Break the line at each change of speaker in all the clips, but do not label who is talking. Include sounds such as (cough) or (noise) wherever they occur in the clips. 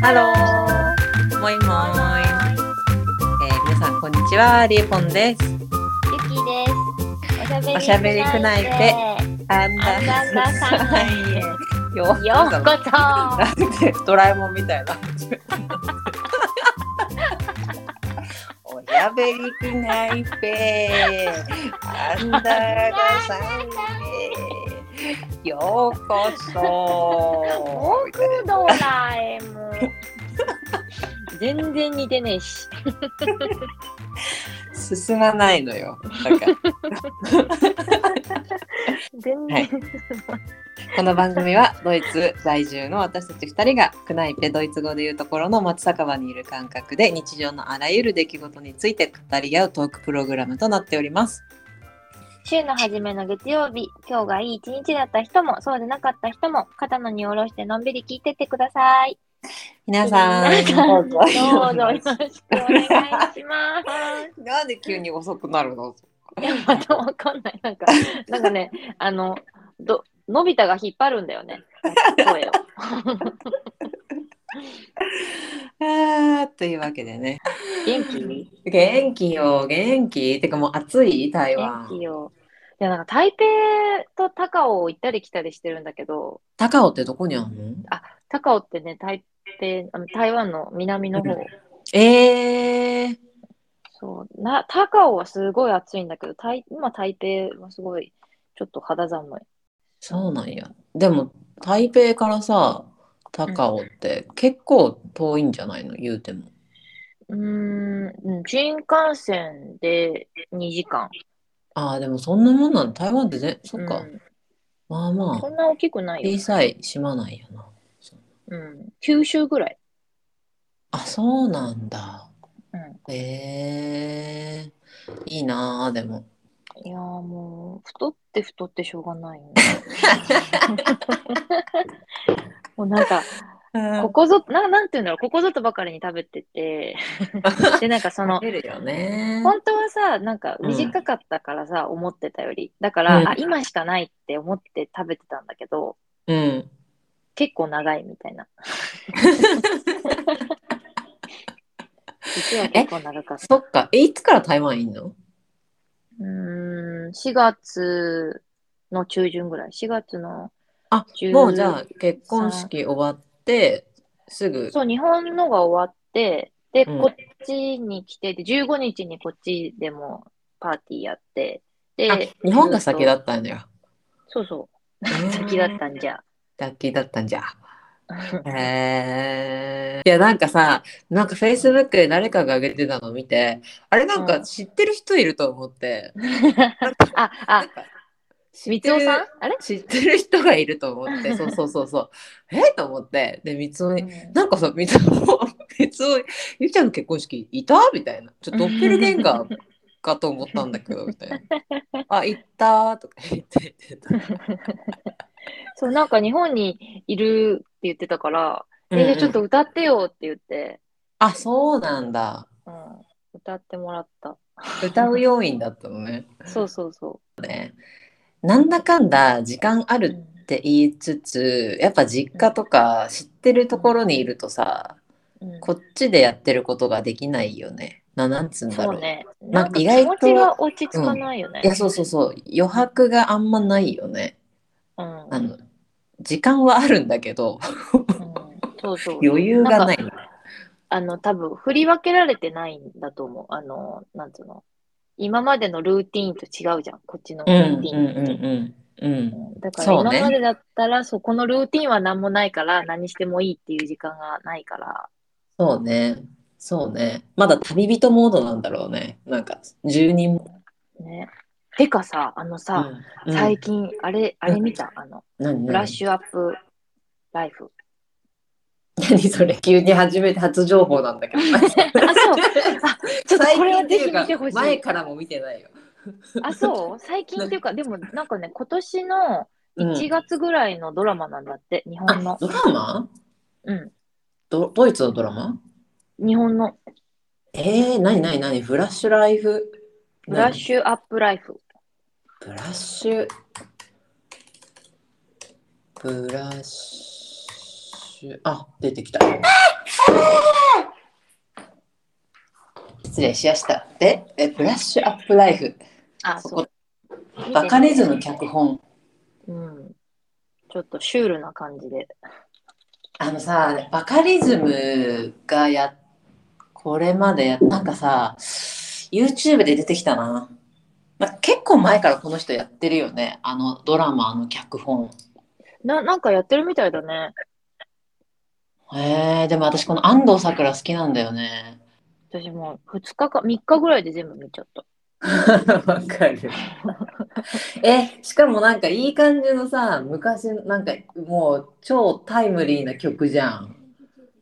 ハロー。もいもーい。えー皆さんこんにちは、リーポンです。
ゆきです。
おしゃべりくないでアン
アンダーサインへ
よ
ようこそ。は
なんでドラえもんみたいな。おやべりくないぺアンダーがさんへようこ (laughs) そ。
僕ドラえもん。全然似てねえし。
進まないのよ。だから
全
はい
然。
この番組はドイツ在住の私たち2人がクナイペドイツ語でいうところの松酒場にいる感覚で日常のあらゆる出来事について語り合うトークプログラムとなっております。
週の初めの月曜日、今日がいい一日だった人も、そうでなかった人も、肩の荷を下ろしてのんびり聞いてってください。
皆さん、
どうぞ
どうぞ
よろしくお願いします。
なんで急に遅くなるの
いや、またわかんない。なんか、なんかね、あの、ど、のび太が引っ張るんだよね。声を。
あーというわけでね。
元気
元気よ、元気。てかもう暑い台
元
湾。
気よ。いや、なんか台北と高雄を行ったり来たりしてるんだけど、
高尾ってどこにあるの
高雄ってね、台北、あの台湾の南の方。
えー、
そうな高雄はすごい暑いんだけど、台今台北はすごい、ちょっと肌寒い。
そうなんや。でも台北からさ、高尾って結構遠いんじゃないの言うても。
うーん、うん新幹線で2時間。
ああ、でもそんなもんなん台湾ってね、そっか。
うん
まあま
そん
あ、
な大きくないよ
小。さい島なんやな。
うん、九州ぐらい。
あ、そうなんだ。
うん
ええいいなあ、でも。
いやーもう、太って太ってしょうがないよ
(laughs)
ね。もうなんか、ここぞ、ななんていうんだろう、ここぞとばかりに食べて
(laughs)
て、で、なんかその、
出るよね。
本当はさ、なんか短かったからさ、思ってたより。だから、
うん
あ、今しかないって思って食べてたんだけど、
うん。
結構長いみたい
(laughs)
な。 (laughs) 実は結構長かった。
そっか。え、いつから台湾いんの
うーん、4月の中旬ぐらい。4月の、
あ、
十
もうじゃあ結婚式終わって、すぐ。
そう、日本のが終わって、で、
うん
こっちに来て、で、15日にこっちでもパーティーやって、
あ、
で、
日本が先だ
っ
ったんだよ。
た。そうそう、先だったんじゃ。
ラッキーだったんじゃ。へえ。いや、なんかさ、なんか Facebook で誰かが上げてたのを見て、あれなん
う
か
ん
知ってる人いると思って。
(laughs) あ、あ、 (laughs) みつおさんあれ
知ってる人がいると思って、そうそうそうそう。 (laughs) えと思って。で、みつおに、なんかさ、みつお、 (laughs) みつお、ゆきちゃんの結婚式いたみたいな。ちょっとドッペルゲンガーかと思ったんだけど、み
(laughs)
たいな。あ、行ったーとか言って言ってた。
そう、なんか日本にいるって言ってたから、
うんうん
えーちょっと歌ってよって言って、
あ、そうなんだ。
うん、歌ってもらった。
歌う要員だったのね。
そうそうそ
なんだかんだ時間あ
う。
る
うん
って言いつつやっぱ実家とか知ってるところにいるとさ
うん
こっちでやってることができないよね。ななんつうんだ
そ
ろう
うね。
な
なんん
か
か
意
気
外と
持ちが落ち着かないよね
い。やそうそうそう余白があんまないよね。
うん。
あの時間はあるんだけど
うんそうそう。
余裕がない。
あの、多分、振り分けられてないんだと思う。あの、なんつうの。今までのルーティーンと違うじゃん。こっちの
う
ル
ん
ーティ
う
ーン
ん
って。
うんうんうん。
だか
そ
ら
うね
今までだったら、そうこのルーティンは何もないから、何してもいいっていう時間がないから。
そうね。そうね。まだ旅人モードなんだろうね。なんか住人も。
ね。てかさ、あのさ、
うんうん
最近、あれ、あれ見た、あの、
何
ブラッシュアップライフ。
何それ急に初めて初情報なんだけど。
あ、そう。あ、ちょっとこれはぜひ見てほしい。
前からも見てないよ。
あ、そう最近っていうか、でもなんかね、今年の1月ぐらいのドラマなんだって、日本
あ
の。
ドラマ
うん。
ドドイツのドラマ
日本の
えー、なになになにフラッシュライフ
ブラッシュアップライフ。
ュブラッシュブラッシュあ出てきた。あ失礼しやした。で、えブラッシュアップライフ。
あ、
そ
そ
こ
う。見てね
バカリズム脚本。
うん。ちょっとシュールな感じで。
あのさ、バカリズムがや、これまでや、なんかさ、YouTube で出てきたな。まあ、結構前からこの人やってるよね。あのドラマ、あの脚本。
な、なんかやってるみたいだね。
へえ、でも私この安藤サクラ好きなんだよね。
私もう2日か3日ぐらいで全部見ちゃった。
(laughs) わかる。え、しかもなんかいい感じのさ、昔なんかもう超タイムリーな曲じゃん。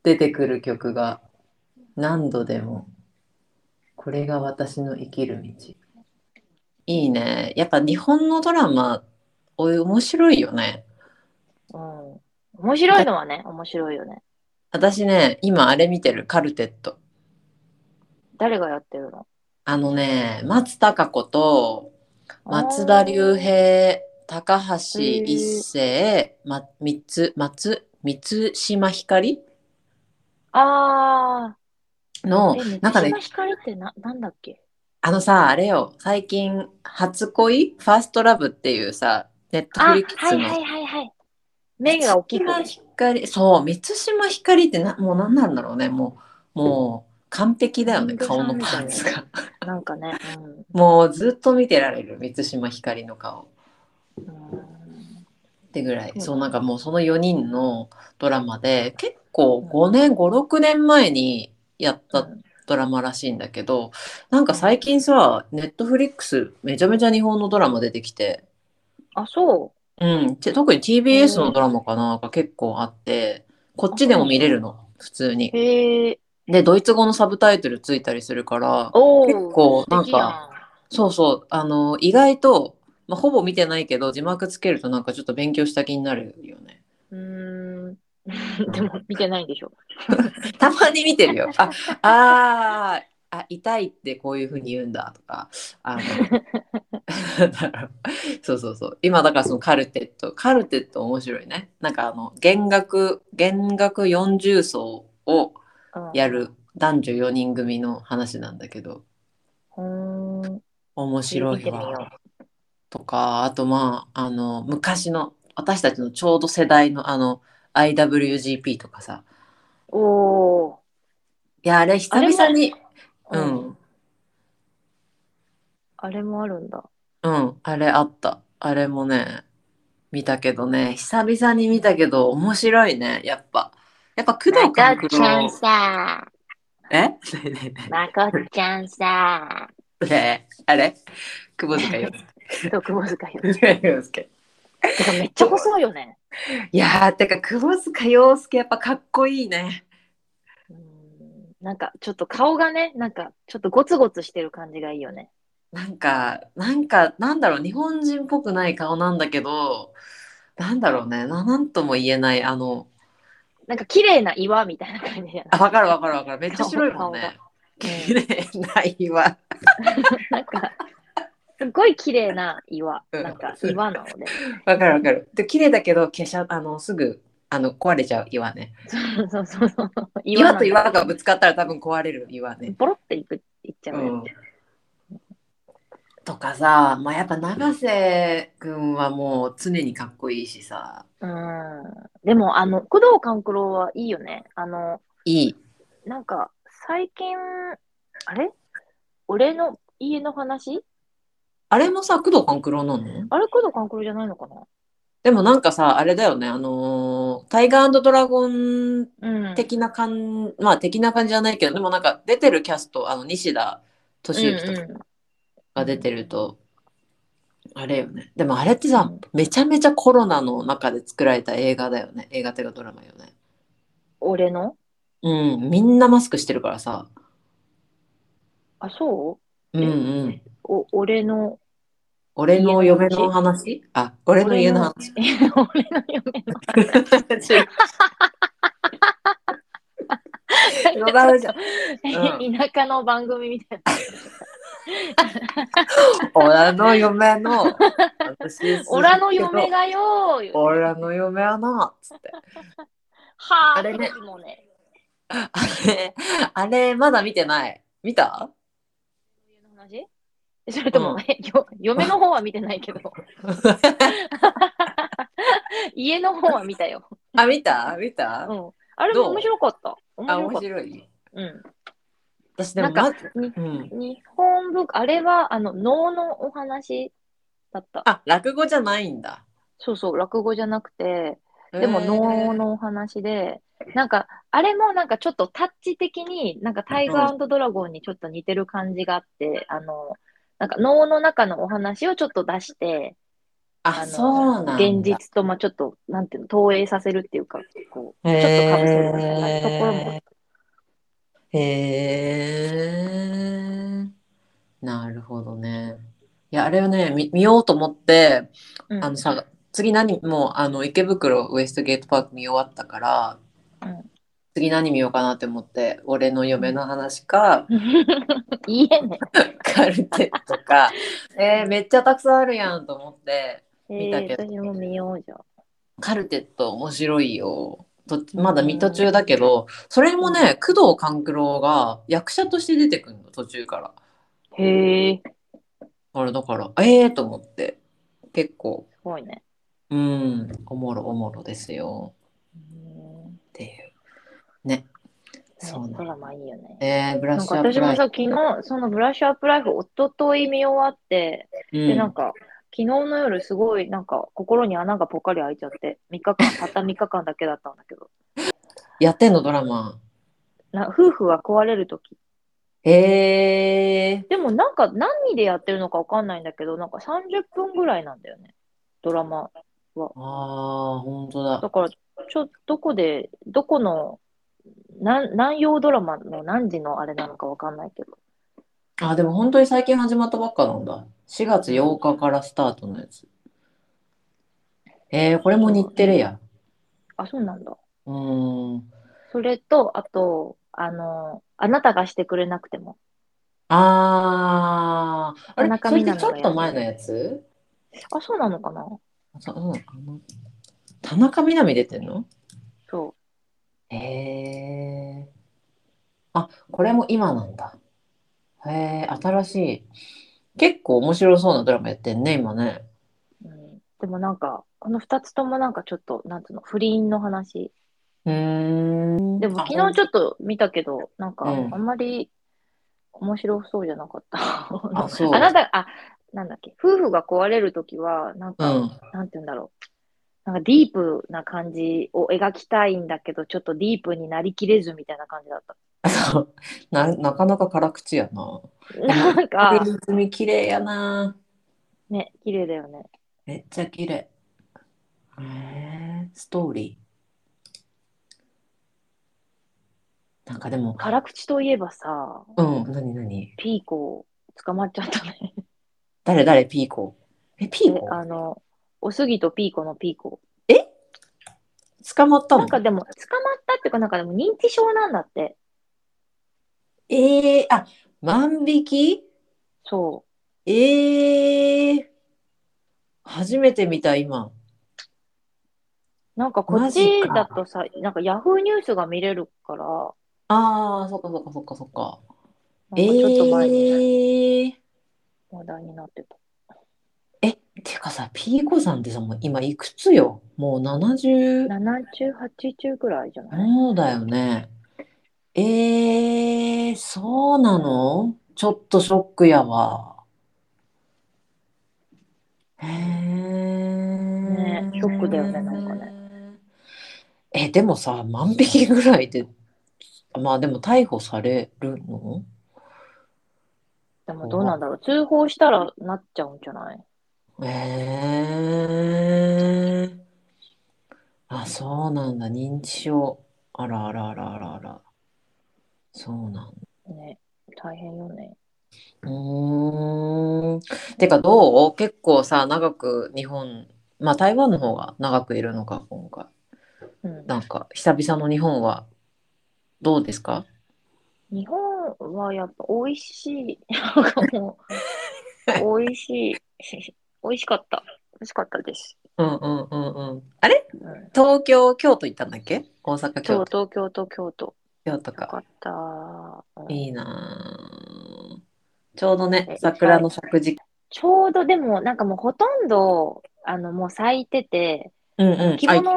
出てくる曲が。何度でも。これが私の生きる道。いいね。やっぱ日本のドラマ、おい面白いよね。
うん。面白いのはね、面白いよね。
私ね、今あれ見てる、カルテット。
誰がやってるの
あのね、松たか子と松田龍平、高橋一生、ま、三つ、松、三島ひかり
あー。
の
え、、
なんか
満
ね
島、ひかりってな、なんだっけ
あのさ、あれよ、最近、初恋ファーストラブっていうさ、ネット
あ、
フ
はい
リックスの。
はいはいはい。目が大きく。
満島ひかり、そう、三島ひかりってな、もう何なんだろうね、もう、もう、完璧だよね、
本当
顔の
そうみた
パ
い
ン
ね
ツが。
なんかね、うん
(laughs) もうずっと見てられる、三島ひかりの顔。
うん
ってぐらい、
うん
そうなんかもうその4人のドラマで結構5年56年前にやったドラマらしいんだけどなんか最近さネットフリックスめちゃめちゃ日本のドラマ出てきて、
あ、そ
うん、て特に TBS のドラマかなが結構あってこっちでも見れるの普通
う。
に。
へえ。
でドイツ語のサブタイトルついたりするから
おお。
結構なんか
素敵やん。
そうそうあの意外と、まあ、ほぼ見てないけど字幕つけるとなんかちょっと勉強した気になるよね。
うーん。 (laughs) でも見てないんでしょ。
たまに見てる
(laughs)
よ。あ、あーあ、痛いってこういうふうに言うんだとか、あ
(laughs)
の、なんだろうそうそうそう。今だからそのカルテット、カルテット面白いね。なんかあの、弦楽、弦楽40層を
うん
や。る男女4人組の話なんだけど、
うーん。
面白
見
い
てみよ
わ。とか、あとまあ、あの、昔の、私たちのちょうど世代のあの、IWGP とかさ、
う。おお。
いや、あれ久々に、う
うん
ん、
あれもあるんだ。
うん、あれあった。あれもね、見たけどね、久々に見たけど、面白いね、やっぱ。やっぱ工藤官九郎。
さ、
え (laughs) ねえねえね
まこっちゃんさ、
え
(laughs)
ねえあれ窪塚洋
徳本塚よ。
介。洋介
てかめっちゃ細いよね。
いやー、てか、窪塚洋介、やっぱかっこいいね。
うんなんかちょっと顔がね、なんかちょっとゴツゴツしてる感じがいいよね。
なんか、なんか、なんだろう、日本人っぽくない顔なんだけど、なんだろうね、ななんとも言えない、あの、
なんか綺麗な岩みたいな感じじゃ
あ、
ない
わかるわかるわかる、めっちゃ白いもん (laughs) ね。綺麗な岩。
なんか、すごい綺麗な岩。
うん
なんか岩なので。
わかるわかる。で、綺麗だけど、消しゃ、あの、すぐ、あの、壊れちゃう岩ね。
(laughs) そうそうそう。
岩と
な
岩
んだ
がぶつかったら多分壊れる岩ね。
ボロっていく、いっちゃ
う
うよ
ん。とかさ、まあ、やっぱ永瀬くんはもう常にかっこいいしさ、
うん。でも、あの、工藤官九郎はいいよね。あの、
いい。
なんか、最近、あれ俺の家の話
あれもさ、工藤官九郎なの
あれ工藤官九郎じゃないのか
でもなんかさ、あれだよね、あのータイガードラゴン
なうん。
的な感まあ、的な感じじゃないけど、でもなんか出てるキャスト、あの、西田敏行とか
うんうん
が出てると、あれよねでもあれってさめちゃめちゃコロナの中で作られた映画だよね映画というかドラマよね
俺の
うんみんなマスクしてるからさ
あ、そう
うんうん
お俺の。
俺の嫁の話あ俺の家の話
(laughs) 俺の俺の嫁の
違う違う違う
(laughs) 田舎の番組みたいな。
俺の嫁 (laughs) の私
オラの嫁
が
がよー
俺の嫁はなつって
はあ、
あれね
いつもね。
あれ、あれまだ見てない。見た (laughs)
冬の話 (laughs) それとも、
うん
え (laughs) よ嫁の方は見てない
(laughs)
けど家の方は見たよ、
あ、見た見
う
た、
ん、あれ
どう
も面白かった
あ、面
面白かった
白い。
うん
私でも、
な
ま
んかに
うん、
日本文化あれはあの能のお話だった
あ、落語じゃないんだ。
そうそう落語じゃなくてでも
へー
能のお話で、なんか、あれもなんかちょっとタッチ的に、なんかタイガードラゴンにちょっと似てる感じがあって、あの、なんか能の中のお話をちょっと出して、
あ、
あの
そうなんだ。
現実とまあちょっと、なんていうの、投影させるっていうか、こう、ちょっと
へー
かぶせるみたいなところも、
へえ。なるほどね。いや、あれはね、見見ようと思って、
うん
あのさ、次何、もうあの池袋ウエストゲートパーク見終わったから、
うん
次何見ようかなって思って、俺の嫁の話か、
(laughs) 言えね
カルテット
(laughs)
か、えー、めっちゃたくさんあるやんと思って、
え
(laughs) 見たけど
ー私も見ようじゃん。
カルテット面白いよ。とまだ見途中だけど、それもね、工藤官九郎が役者として出てくるの、途中から。
へえ、
あれだから、ええー、と思って、結構、
すごいね。
うん、おもろおもろですよ
うん
っていう。ね。そう
ね
な
ド
んだ。
ラマいいよね。
えー、ブラッ
なん
シ
か
ュアップ
私も
ライ
さ
ト。、
昨日、そのブラッシュアップライフ、おととい見終わって、
う
で、
ん
なんか、昨日の夜、すごい、なんか、心に穴がぽかり開いちゃって、3日間、たった3日間だけだったんだけど、
やってんの、ドラマ。
な夫婦は壊れるとき。
えー、
でも、なんか、何でやってるのかわかんないんだけど、なんか30分ぐらいなんだよね、ドラマ。
ああ、本当
だ
だ。
から、ちょ、どこで、どこの、なん何曜ドラマの何時のあれなのかわかんないけど。
あ、でも本当に最近始まったばっかなんだ。4月8日からスタートのやつ。えー、これも日テレや。
あ、そうなんだ。
うーん。
それと、あと、あの、あなたがしてくれなくても。
あー、あ
田
れ、
中
それ
み
って
な
ちょっ
実のやつ
と前のやつ
あ、そうなのかな
そううん、あの田中みな実出てんの
そ
へえ。あ、これも今なんだ。へえ、新しい。結構面白そうなドラマやってんね、今ね。
う。うん、でもなんか、この2つともなんかちょっと、なんつうの、不倫の話。
うーん。
でも昨
あ
日ちょっと見たけど、なんかあ
うん
んまり面白そうじゃなかった。
あそう
(laughs) なた、あ、なんだっけ、夫婦が壊れるときは、なんか、
うん
なんて言うんだろう。なんかディープな感じを描きたいんだけど、ちょっとディープになりきれずみたいな感じだった。
そうな、なかなか辛口やな。
なんか、
積み綺麗やな。
ね、綺麗だよね。
めっちゃ綺麗。へえ、ストーリー。なんかでも、
辛口といえばさ、
うん、なになに
ピーコ捕まっちゃったね。
誰誰ピーコえ、ピー
で
コ
あの、おすぎとピーコのピーコ。
捕まった
な
の
んかでも、捕まったっていうか、なんかでも認知症なんだって。
ええあ、万引き
そう。
ええ初めて見た、今。
なんかこっ
マ
ち
ジか
だとさ、なんかヤフーニュースが見れるから、
ああ、そっかそっかそっかそっか。
なんかちょっと前に
ええ
話題になってた。
てかさ、ピーコさんってさ、もう今いくつよもう70、
70、80ぐらいじゃない
そうだよね。ええそうなのちょっとショックやわ。へえ
ねショックだよねなんかね。
え、でもさ、万引きぐらいで、まあでも逮捕されるの
でもどうなんだろう。通報したらなっちゃうんじゃない
ええあ、そうなんだ。認知症。あらあらあらあらあら。そうなんだ。
ね。大変よね。
うーん。てかどう結構さ、長く日本、まあ台湾の方が長くいるのか、今回。
うん。
なんか、久々の日本はどうですか
日本はやっぱ美味しい。なんかも
(laughs)
う、美味しい。 (laughs) 美味しかった。美味しかったです。
うんうんうんうん。あれ
うん。
東京、京都行ったんだっけ大阪、
そう
京都。
東京と京都。
京都
よか
か。
った。うん
いいなぁちょうどね
え、
桜の咲く時期。
ちょうどでも、なんかもうほとんど、あの、もう咲いてて、
うんうん。
着
あ
物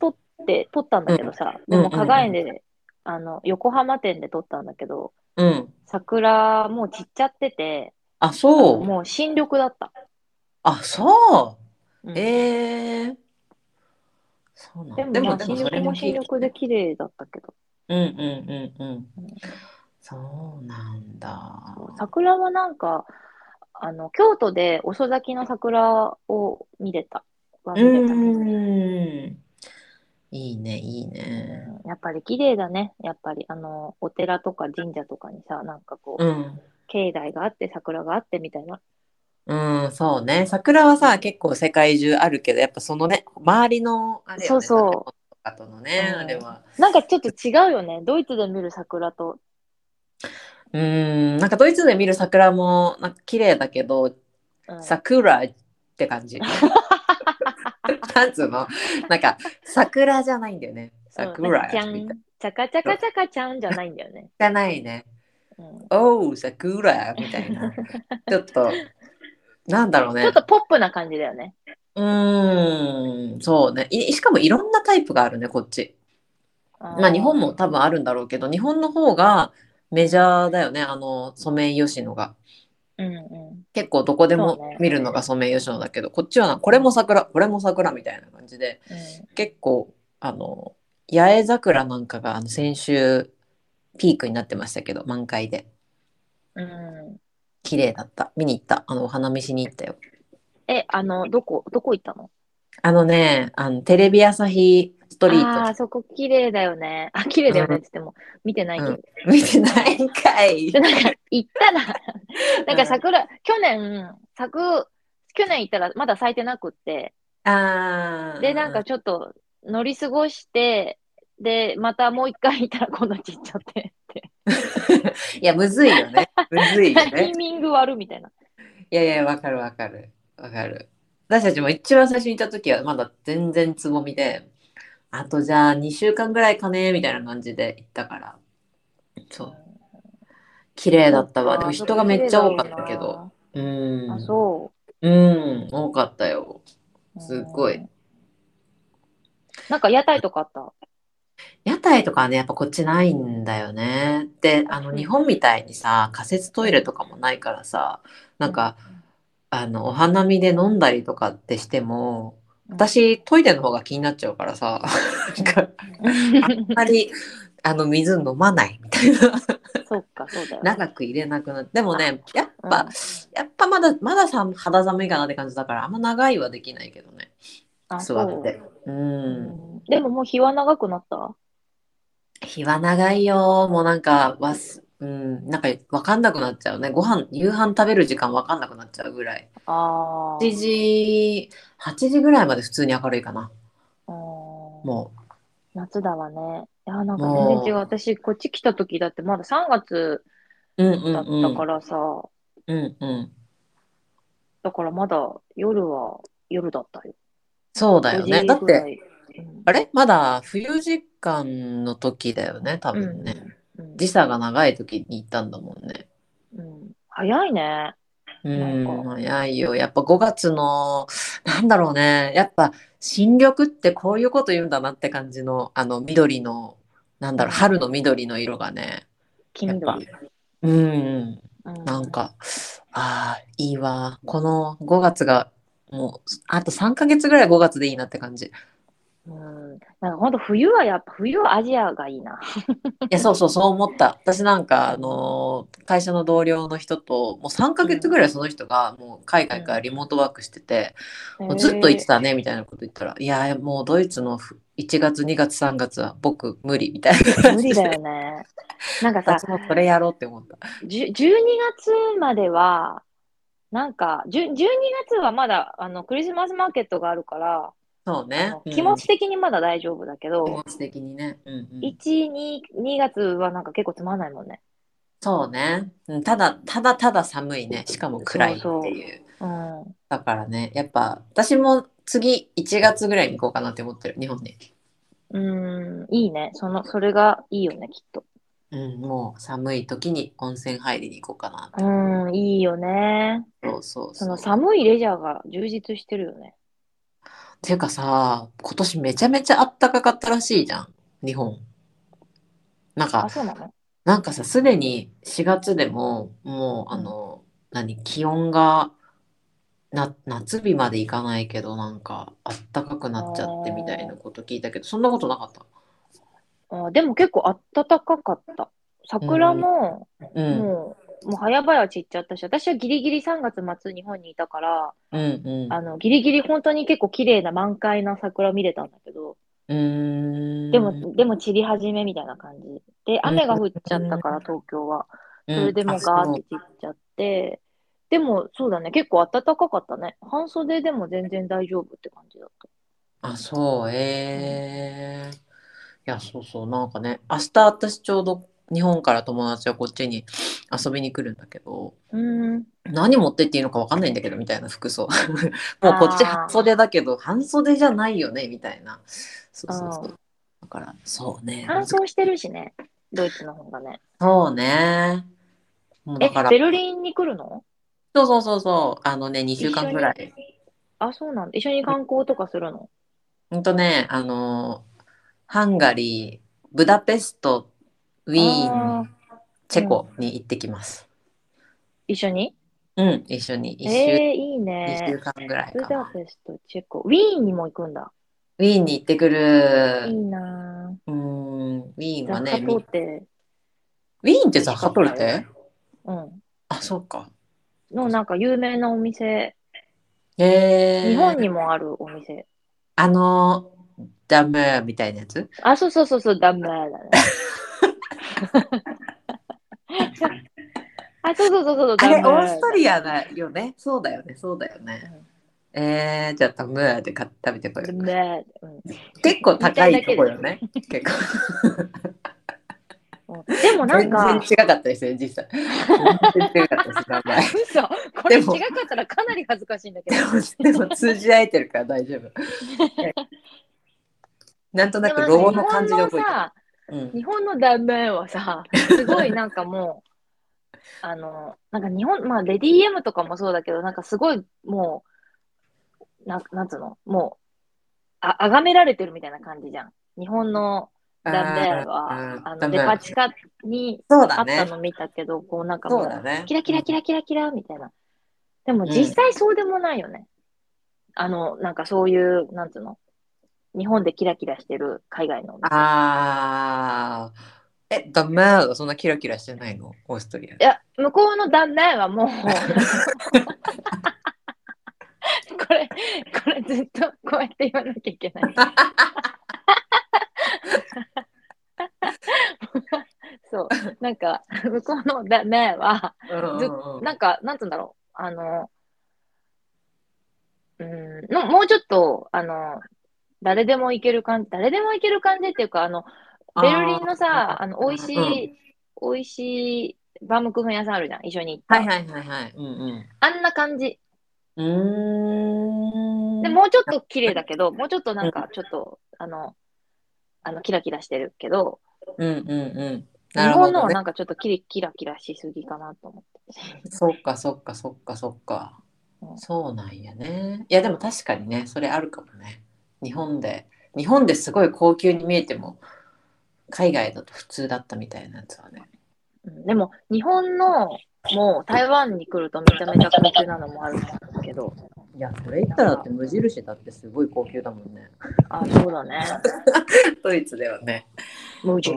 取って、取ったんだけどさ、
うん
でも、加賀園で、あの、横浜店で取ったんだけど、
うん。
桜もう散っちゃってて、
あ、
あの
そう。
もう新緑だった。
あ、そう。
うん
ええそうなん
で
だでも、
も、まあ
で
新
もそれ
緑も
も聞
新
い
緑で綺麗だったけど。
うんうんうんうん。
うん
そうなんだ。
桜はなんか、あの、京都で遅咲きの桜を見れた。は
う
見れたけど
ーん。いいね、いいね。
うんやっぱり綺麗だね。やっぱり、あの、お寺とか神社とかにさ、なんかこう、
うん。
境内があって桜があってみたいな。
うん、そうね。桜はさ、結構世界中あるけど、やっぱそのね、周りの、あれよね、
そうそ
建
う
物とかとのね、
うん
あれは。
なんかちょっと違うよね。ドイツで見る桜と。
うーん、なんかドイツで見る桜も、なんか綺麗だけど、
うん、
桜って感
(laughs)
じ。なんつうのなんか、桜じゃないんだよね。
うんなん
桜
かちゃ
み
ん
たい。
ちゃかちゃかちゃかちゃんじゃないんだよね。
じゃないね。
うん、
おう、桜みたい
(laughs)
な。ちょっと、なんだろうね。
ちょっとポップな感じだよね。
うーん、そうね。いしかもいろんなタイプがあるね、こっち。まあ日本
も。
も多分あるんだろうけど、日本の方がメジャーだよね、あのソメイヨシノが。
うんうん。
結構どこで
そうね
も見るのがソメイヨシノだけど、こっちはなこれも桜、これも桜みたいな感じで、
う
結構、あの、八重桜なんかがあの先週ピークになってましたけど、満開で。
んう
綺麗だった。見に行った。あの、お花見しに行ったよ。
ん、え、あの、どこ、どこ行ったの
あのね、あのテレビ朝日ストリー
あ
ト
あ、そこ綺麗だよね。あ、綺麗だよね
う
って言っても、見てないけど。
うん見てないんかい
で、。なんか、
(laughs)
行ったら、なん
う
か
ん
桜、去年、咲く、去年行ったらまだ咲いてなくって、
(laughs) あー
で、なんかちょっと乗り過ごして、で、またもう一回行ったら今度散っちゃってって。
いや、むずいよね。むずいよ
タイ
ね。
ミング悪みたいな。
いやいや、わかるわかる。わかる。私たちも一番最初に行った時はまだ全然つぼみで、あとじゃあ2週間ぐらいかね、みたいな感じで行ったから。そう。綺麗だったわ。でも人がめっちゃ多かったけど。う
そっか。そっか綺麗だろう
ん。
なあ、そ
うん、多かったよ。
う。
すっごい
うん。なんか屋台とかあった。
屋台とかはね、やっぱこっちないんだよね。で、あの、日本みたいにさ、仮設トイレとかもないからさ、なんか、あの、お花見で飲んだりとかってしても、私、トイレの方が気になっちゃうからさ、なんか、あんまり、あの、水飲まないみたいな、
(laughs) そっか、そうだよね。
長く入れなくなって、でもね、やっ
うん
ぱ、やっぱまだ、まださ、肌寒いかなって感じだから、あんま長いはできないけどね、
あ
座って。う。
そううんんでももう日は長くなった。
日は長いよ。もうなんか、わす、うん、なんかわかんなくなっちゃうね。ご飯、夕飯食べる時間わかんなくなっちゃうぐらい。
ああ。
8時、8時ぐらいまで普通に明るいかな。
も
も
夏だわね。いや、なんか
もう
全然違う。私、こっち来た時だってまだ3月
う。うんう
だっ
んう
た
ん。
からさ、
うんうん。
だからまだ夜は夜だったよ。
そうだよね。
5
だ
時
っ
ぐら
て、
い。うん
あれまだ冬時間の時だよね、多分ね。
うん
時差が長い時に行ったんだもんね。
うん早いね。
うん
なん、か
早いよ。やっぱ5月の、なんだろうね。やっぱ新緑ってこういうこと言うんだなって感じの、あの緑の、なんだろう、春の緑の色がね。
黄緑。
うん、
う
なん。か、ああ、いいわ。この5月が、もう、あと3ヶ月ぐらい5月でいいなって感
(laughs)
じ。い
うん。なんか本当冬はやっぱ、冬はアジアがいいな。
や、そうそう、そう思った。私なんか、あのー会社の同僚の人と、もう3ヶ月ぐらいその人が、もう海外からリモートワークしてて、もうずっと言ってたねみたいなこと言ったら、いやーもうドイツのふ1月2月3月は僕無理みたいな
えー
感
無
じ
理
で
だよ
(laughs)
ね。なんかさ、
私もそれやろうって思った。
じゅ12月までは、なんか、じゅ12月はまだあのクリスマスマーケットがあるから、
そう
あ
ね
の。気持ち的にまだ大丈夫だけ
う
ど、
ん、気持ち的にね。うんうん、
1、2、2月はなんか結構つまんないもんね。
そうね。うんただただただ寒いね。しかも暗いっていう。
そううん。
だからね、やっぱ私も次1月ぐらいに行こうかなって思ってる、日本に。
うん、いいね。その、それがいいよね、きっと。
うん、もう寒い時に温泉入りに行こうかな
うん、いいよね。
そうそう
そ
そう
の寒いレジャーが充実してるよね。
ていうかさ今年めちゃめちゃあったかかったらしいじゃん日本なん
あ、
か
そうなの
なんかさすでに4月でももうあの、何気温がな夏日までいかないけどなんかあったかくなっちゃってみたいなこと聞いたけどそんなことなかった
あでも結構暖かかった。桜も、
うん
もう、もう早々散っちゃったし、私はギリギリ3月末日本にいたから、
うんうん
あの、ギリギリ本当に結構綺麗な満開な桜見れたんだけど、
うーん
でも、でも散り始めみたいな感じ。で、雨が降っちゃっ
(laughs)
たから、東京は。
そ
それでもうガーって散っちゃって、でもそうだね、結構暖かかったね。半袖でも全然大丈夫って感じだった。
あ、そう、ええいや、そうそう、なんかね、明日私ちょうど日本から友達がこっちに遊びに来るんだけど、
うーん。
何持ってっていいのかわかんないんだけど、みたいな服
(laughs)
装。もうこっち
あー
半袖だけど、半袖じゃないよね、みたいな。そうそうそうう。だから、そうね。
乾燥してるしね、ドイツの方がね。
そうね。もう
え
だから、
ベルリンに来るの
そうそうそうそう、あのね、2週間ぐらい。
あ、そうなんだ。一緒に観光とかするの
ほんとね、あの、ハンガリー、ブダペスト、ウィー
あー
ン、チェコに行ってきます。
一緒に
うん、一緒に
え
一週、
ー、いい
二週
ね。
間ぐらい
ブ
か
ダ
な。
ペスト、チェコ。ウィーンにも行くんだ。
ウィーンに行ってく
いい
る。
なぁ。
うーん、ウィーンは
雑
ね、
貨
み
ポーテ、
ウィーンってザッカポルテ
うん。
あ、そうか。
のなんか有名なお店、
えー、
日本にもあるお店。
あの、ダムーみたいなやつ
あ、そうそうそうそう、ダメだね。
(laughs)
あ、そうそうそうそう、
あれ、オ
ダ
ー
メ
ストリアだよね。そうだよね、そうだよね。えー、じゃあダムーで買って食べてこよ
ダ
う。
メうん
結構高いとこよね。結構。
うんでもなんか、
全然違かったですよ、実際。全然違かったです、名前。
嘘、これ違
で
か
も
ったらかなり恥ずかしいんだけど。
でもでも通じ合えてるから大
(laughs)
丈夫。なんとなくロゴの感じで覚えて
さ、
る。うん
日本のダメはさ、すごいなんかもう、あの、なんか日本、まあ、レディー M とかもそうだけど、なんかすごいもう、ななんつうの、もう、あ、あがめられてるみたいな感じじゃん。日本の、ダメは、あの、デパ地下に
そう
あ
だ
った
ね。
の見たけど、こうなんかも
そう
う、
だね。
キラキラキラキラキラみたいな。でも実際そうでもないよね。あの、なんかそういう、なんつうの、日本でキラキラしてる海外の。
あー。え、ダメーはそんなキラキラしてないのオーストリア
い。や、向こうのダメはもう、これ、これずっとこうやって言わなきゃいけない。そう、なんか、向こうのダメは、
うんうんうん
なんか、なんつうんだろう。あの、うん、のもうちょっと、あの、誰でも行ける感じ、誰でも行ける感じっていうか、あの、ベルリンのさ、あの、美味しい、美味しいバームクーヘン屋さんあるじゃん、一緒に行った。
はいはいはいはい。うん
あんな感じ。
うん。うーん。
で、もうちょっと綺麗だけど、もうちょっとなんか、ちょっと、あの、あの、キラキラしてるけど、
うんうんうん。
日
なる
本
ほど
のは
ね。
なんかちょっとキリキラキラしすぎかなと思って。
そっかそっかそっかそっか
う。ん
そうなんやね。いやでも確かにね、それあるかもね。日本で、日本ですごい高級に見えても、海外だと普通だったみたいなやつはね。
うんでも、日本の、もう台湾に来るとめちゃめちゃ高級なのもあるんだけど、
いや、それ言ったらだって無印だってすごい高級だもんね。
あ、そうだね。
(laughs) ドイツではね。
無事。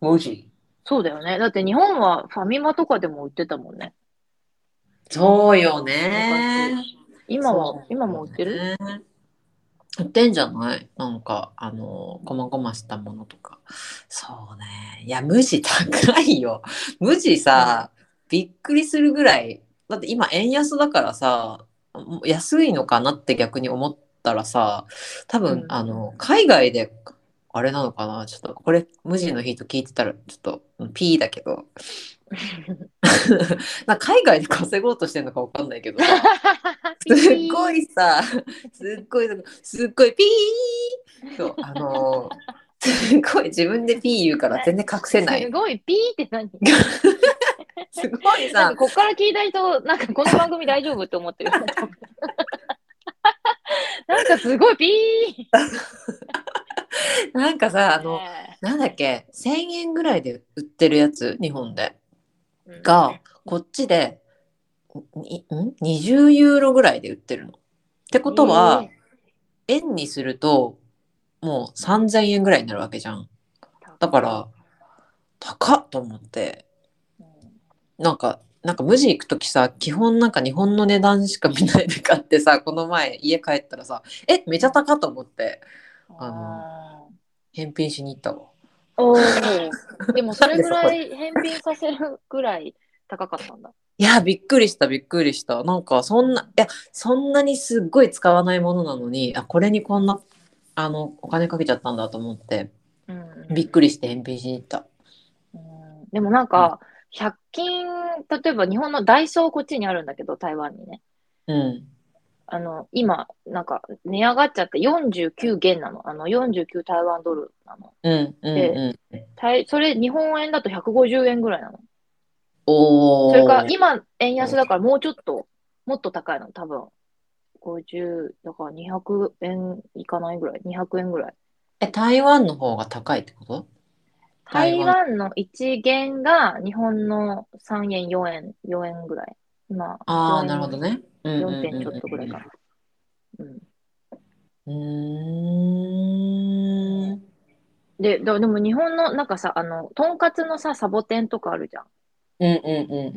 無地。
そうだよね。だって日本はファミマとかでも売ってたもんね。
そうよね。
今
そう
は
ね、
今も売ってる
売ってんじゃないなんか、あの、こまごましたものとか。そうね。いや、無地高いよ。 (laughs) 無地さ、びっくりするぐらい。だって今、円安だからさ、安いのかなって逆に思ったらさ、多分、
うん
あの、海外で、あれなのかなちょっと、これ、無地の人聞いてたら、ちょっと、ピーだけ (laughs) ど。なんか海外で稼ごうとしてるのかわかんないけどさ。すっごいさ、すっごい、すっごいピーそう、あのーすごい自分で P 言うから全然隠せない
す。ごい、ピーって何
すごい
な
さ
んか、こっから聞いた人、なんかこの番組大丈夫って思ってる。 (laughs) なんかすごいピー
なんかさ、あの、
ね
なんだっけ、1000円ぐらいで売ってるやつ、日本で。
え
が、こっちで、にん20ユーロぐらいで売ってるの。ってことは、円にすると、もう3000円ぐらいになるわけじゃん。だから、高っと思って、
うん
なんか、なんか無地行く時さ基本なんか日本の値段しか見ないで買って
(laughs)
さこの前家帰ったらさえめちゃ高っと思ってあ
あ
返品しに行ったわ
ーお
(laughs)
ーでもそれぐらい返品させるぐらい高かったんだ。
いやびっくりしたびっくりしたなんかそんないやそんなにすっごい使わないものなのにあこれにこんなあのお金かけちゃったんだと思って
うん
びっくりして返品しに行った
うんでもなんか、100均、例えば日本のダイソーこっちにあるんだけど、台湾にね。
うん
あの、今、なんか、値上がっちゃって49元なの。あの、49台湾ドルなの。
うんうんうん
台それ、日本円だと150円ぐらいなの。
おお
それから、今、円安だからもうちょっと、もっと高いの、多分。50、だから200円いかないぐらい。200円ぐらい。
え台湾の方が高いってこと台
台
湾
湾の1元が日本の3円、4円、4円ぐらい。今、
ああ
4
なるほどねうんうんうん
4点ちょっとぐらいかな。うん
うーん
で、だでも日本のなんかさ、あの、とんかつのさ、サボテンとかあるじゃん。
うんうん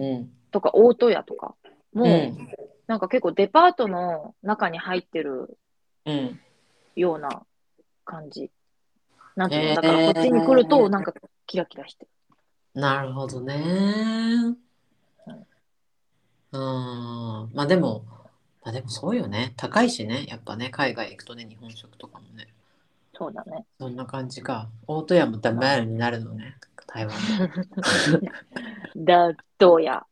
うん
とか、大戸屋とか。も
うん
う、
うん
なんか結構デパートの中に入ってる
うん
ような感じ。なんていう
えー
の、だからこっちに来ると、なんかキラキラしてる。
なるほどねうんまあでもまあでもそうよね高いしねやっぱね海外行くとね日本食とかもね
そうだね。
そんな感じか大戸屋もダメになるのね台湾で
だ、どうや。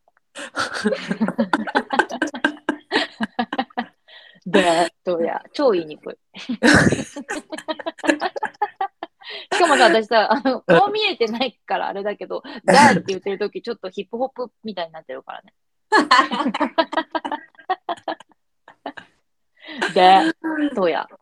だ、どうや。超言いにくい。
(laughs)
しかもさ、私さ、あの、こう見えてないからあれだけど、だって言ってるとき、ちょっとヒップホップみたいになってるからね。だ、どうや。
(laughs)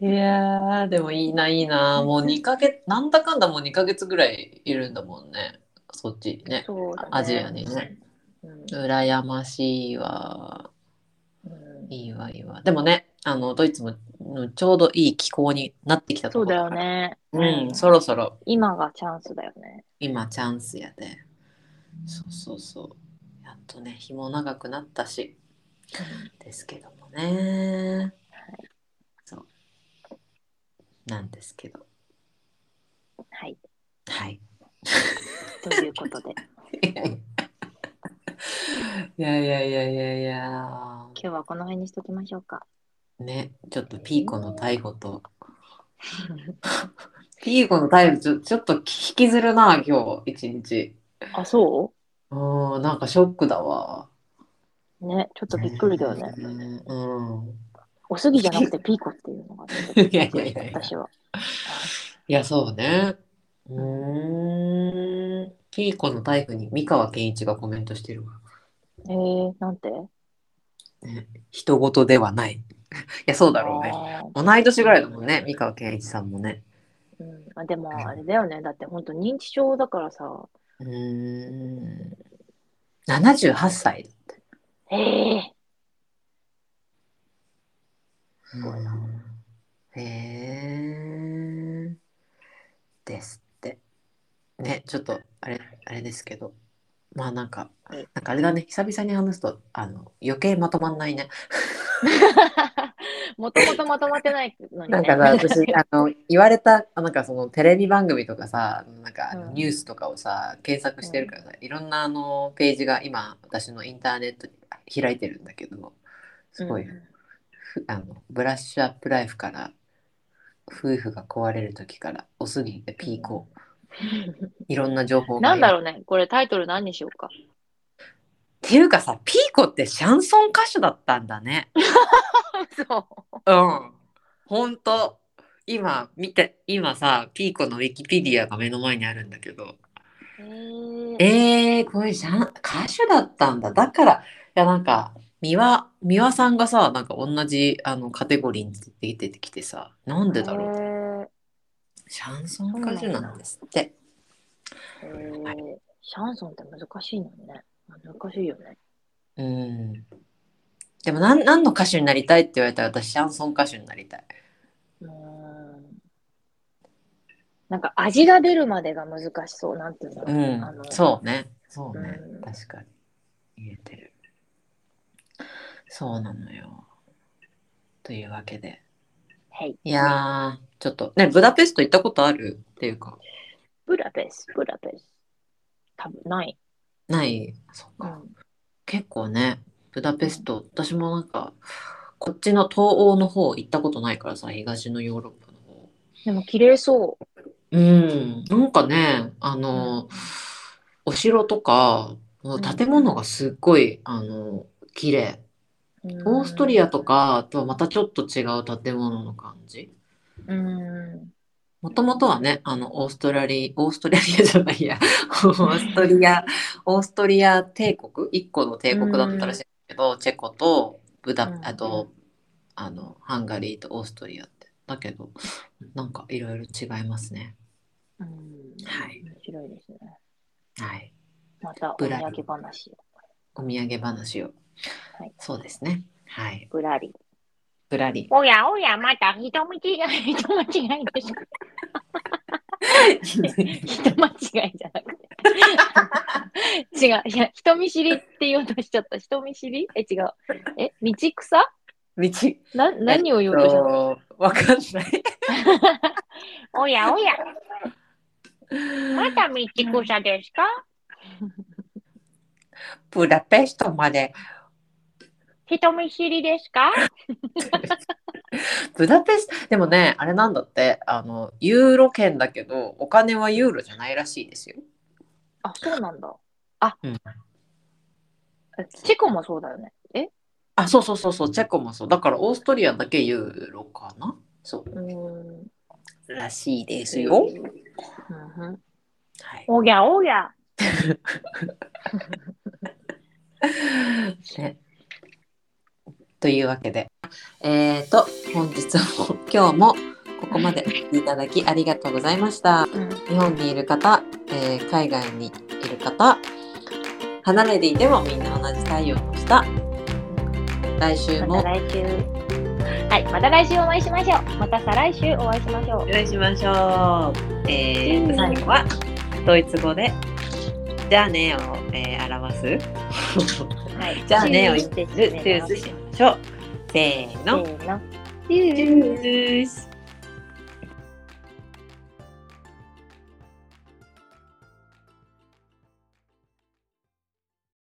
いやーでもいいないいなもう2ヶ月なんだかんだもう2ヶ月ぐらいいるんだもんねそっちね
そうだね
アジアにね。
うん
羨ましいわ
うん
いいわいいわでもねあのドイツもうんちょうどいい気候になってきたと
そう
こ
だ
ろ
よね。
うん、そろそろ
今がチャンスだよね。
今チャンスやでそうそうそうやっとね日も長くなったしですけどもねそうなんですけど
はい。
はい (laughs)
ということで。
いやいやいやいやいや
今日はこの辺にしときましょうか。
ねちょっとピーコの逮捕と (laughs) ピーコの逮捕ちょちょっと引きずるな今日一日
あ、そう
うんなんかショックだわ
ね、ちょっとびっくりだよね。
うん
おすぎじゃなくてピーコっていうのが、
(laughs) いやいやいやいや
私は。
いや、そうね。うーん。ピーコの逮捕に三河健一がコメントしてるわ。
えー、なんて
人事ではない。いや、そうだろうね。
あ
同い年ぐらいだもんね、三河健一さんもね。
ー、うん、あでも、あれだよね。だって本当認知症だからさ。
うーん。78歳だって。
え (laughs) え
う
ごいなん
へえ。ですって。ね、ちょっと、あれ、あれですけど。まあなんか、なんかあれだね、久々に話すと、あの、余計まとまんないね。
ー。もともとまとまってないのに
な
ね。
んかさ、私、あの、言われた、なんかそのテレビ番組とかさ、なんかあの
うん
ニュースとかをさ、検索してるからさ、いろんなあのページが今、私のインターネットに開いてるんだけど、すごい、
うん
ふあの、ブラッシュアップライフから、夫婦が壊れる時から、おすぎてピーコ、いろんな情報が。
なんだ
ろう
ろうね。これタイトル何にしようか。
っていうかさ、ピーコってシャンソン歌手だったんだね。
(laughs) そう。
うん。ほんと。今見て今さピーコのウィキペディアが目の前にあるんだけど
えー、
えー、これじゃん歌手だったんだだからいやなんか美輪美輪さんがさなんか同じあのカテゴリーに出てきてさなんでだろう
ろう。
シャンソン歌手なんですって
えーシャンソンって難しいのね。難しいよね。
うんでも何何の歌手になりたいって言われたら私シャンソン歌手になりたいう
ーん。なんか味が出るまでが難しそう。なんていうの、
うん
あの
そうねそうね
うん
確かに言えてるそうなのよというわけで
はい。
いやーちょっとねブダペスト行ったことあるっていうか
ブラペス、ブラペス。多分ない。
ないそっ
う
か、
ん。
結構ねブダペスト私もなんかこっちの東欧の方行ったことないからさ東のヨーロッパの方
でも綺麗そ
うんなんかねあの、お城とか
ん
建物がすっごいあの綺麗
う。
オーストリアと。かとはまたちょっと違う建物の感じ
うん。
もともとはねあのオーストラリオーストラリアじゃ
(laughs)
ないやオーストリアオーストリア帝国一個の帝国だったらしいんだけど、チェコとブダ、
うん
あとあのハンガリーとオーストリアってだけどなんかいろいろ違いますね
うん。
はい
面白いですね。
はい
またお土
ブラリ
産話を。
お土産話を、
はい
そうですねはい
ぶらり。
ぶら
(laughs)
り
おやおや、また人間違い、人間違いで
(laughs)
しょ。人間違いじゃなくて。違う。いや、人見知りって言おうとしちゃった。人見知りえ、違う。え、道草
道
な何を言おうとしちゃっ
わかんない
た。おやおや、
ま
た道草ですか
ブダペストまで
人見知りですか
ブダペストでもねあれなんだってあのユーロ圏だけどお金はユーロじゃないらしいですよ。
あ、そうなんだ。あ、
うん
えチェコもそうだよね。え
あそうそうそうそうチェコもそうだからオーストリアだけユーロかなそう
うーん。
らしいですよ。
うんうん
はい、
おやおや。
ねというわけでえっ、と本日も (laughs) 今日もここまでお聞きいただきありがとうございました。
うん
日本にいる方、えー海外にいる方離れていてもみんな同じ太陽の下来週
ま
も
た来週。はい、また来週お会いしましょう。また再来週お会いしましょう
お。会いしましょう。えーと、
うん
最後はドイツ語で「じゃあね」を、えー (laughs) 表す。
はい、
じゃあねを
チ
言
ュ
っ
ーして
る。チュースしましょう。せーの。
せーの。チュー
チュース